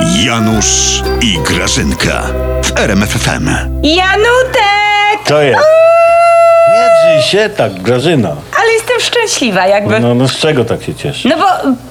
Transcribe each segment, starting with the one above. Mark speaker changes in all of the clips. Speaker 1: Janusz i Grażynka w RMFFM.
Speaker 2: Janutek!
Speaker 3: Co jest? Nie drzyj się tak, Grażyna.
Speaker 2: Ale jestem szczęśliwa jakby. No.
Speaker 3: No, no z czego tak się cieszysz?
Speaker 2: bo,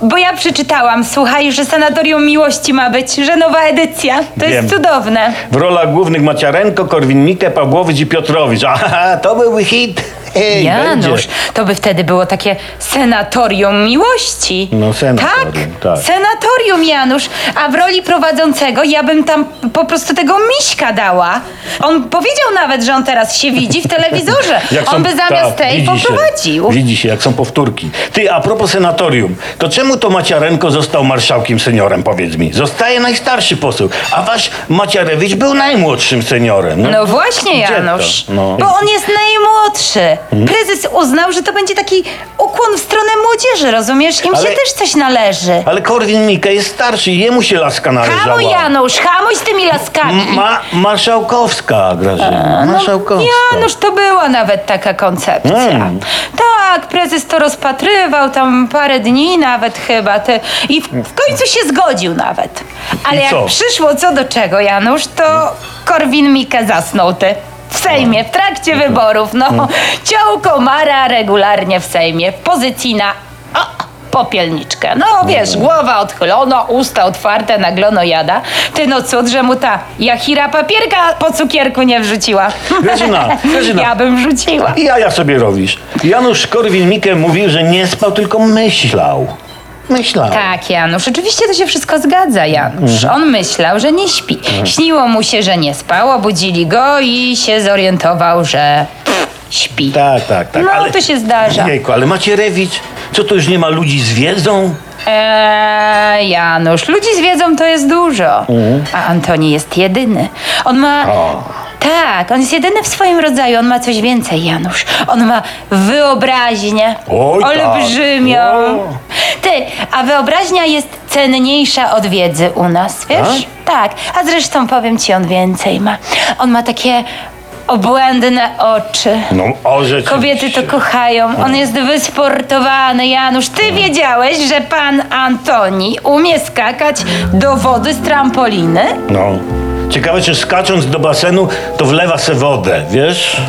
Speaker 2: bo ja przeczytałam, słuchaj, że Sanatorium Miłości ma być, że nowa edycja. To
Speaker 3: Wiem.
Speaker 2: jest cudowne.
Speaker 3: W rolach głównych Maciarenko, Korwin-Mikke, Pawłowicz i Piotrowicz. Aha, to byłby hit. Hej,
Speaker 2: Janusz,
Speaker 3: będzie.
Speaker 2: to by wtedy było takie senatorium miłości.
Speaker 3: No, senatorium, tak.
Speaker 2: Senatorium, Janusz. A w roli prowadzącego ja bym tam po prostu tego miśka dała. On powiedział nawet, że on teraz się widzi w telewizorze. on by zamiast
Speaker 3: tak,
Speaker 2: tej
Speaker 3: widzi się.
Speaker 2: poprowadził.
Speaker 3: widzi się, jak są powtórki. Ty, a propos senatorium, to czemu to Maciarenko został marszałkiem seniorem, powiedz mi? Zostaje najstarszy poseł, a wasz Maciarewicz był najmłodszym seniorem.
Speaker 2: No właśnie,
Speaker 3: gdzie to?
Speaker 2: Janusz.
Speaker 3: No. Mhm.
Speaker 2: Bo on jest najmłodszy. Prezes uznał, że to będzie taki ukłon w stronę młodzieży, rozumiesz? Im się
Speaker 3: Ale-
Speaker 2: też coś należy.
Speaker 3: Ale Korwin-Mikke jest starszy i jemu się laska należała.
Speaker 2: Hamuj, Janusz, hamuj z tymi laskami.
Speaker 3: Ma, marszałkowska,
Speaker 2: E, no,
Speaker 3: Grażyna. Marszałkowska.
Speaker 2: Janusz, to była nawet taka koncepcja.
Speaker 3: Mm.
Speaker 2: Tak, prezes to rozpatrywał tam parę dni nawet chyba. Ty, I w, w końcu się zgodził nawet. Ale
Speaker 3: I
Speaker 2: jak
Speaker 3: co?
Speaker 2: przyszło co do czego, Janusz, to Korwin Mikke zasnął ty. W Sejmie, w trakcie
Speaker 3: Mhm.
Speaker 2: wyborów, no. Ciął komara regularnie w Sejmie, w pozycji na o, popielniczkę. No
Speaker 3: Mhm.
Speaker 2: wiesz, głowa odchylona, usta otwarte, naglono jada. Ty no cud, że mu ta jachira papierka po cukierku nie wrzuciła.
Speaker 3: Grażyna, Grażyna.
Speaker 2: Ja bym wrzuciła.
Speaker 3: I jaja sobie robisz. Janusz Korwin-Mikke mówił, że nie spał, tylko myślał. Myślał.
Speaker 2: Tak, Janusz. Oczywiście to się wszystko zgadza, Janusz.
Speaker 3: Mhm.
Speaker 2: On myślał, że nie śpi. Śniło mu się, że nie spał, obudzili go i się zorientował, że pff, śpi.
Speaker 3: tak, tak. tak.
Speaker 2: No,
Speaker 3: ale...
Speaker 2: to się zdarza.
Speaker 3: Jejku, ale Macierewicz, co to już nie ma ludzi z wiedzą?
Speaker 2: Eee, Janusz, ludzi z wiedzą to jest dużo. A Antoni jest jedyny. On ma.
Speaker 3: Mhm. O.
Speaker 2: Tak, on jest jedyny w swoim rodzaju. On ma coś więcej, Janusz. On ma wyobraźnię.
Speaker 3: Oj, tak.
Speaker 2: Olbrzymią.
Speaker 3: O.
Speaker 2: Ty, a wyobraźnia jest cenniejsza od wiedzy u nas, wiesz? Tak, a zresztą powiem ci, on więcej ma. On ma takie obłędne oczy.
Speaker 3: No, o rzeczywiście.
Speaker 2: Kobiety to kochają. On jest wysportowany, Janusz. Ty wiedziałeś, że pan Antoni umie skakać do wody z trampoliny?
Speaker 3: No. Ciekawe, czy skacząc do basenu, to wlewa se wodę, wiesz?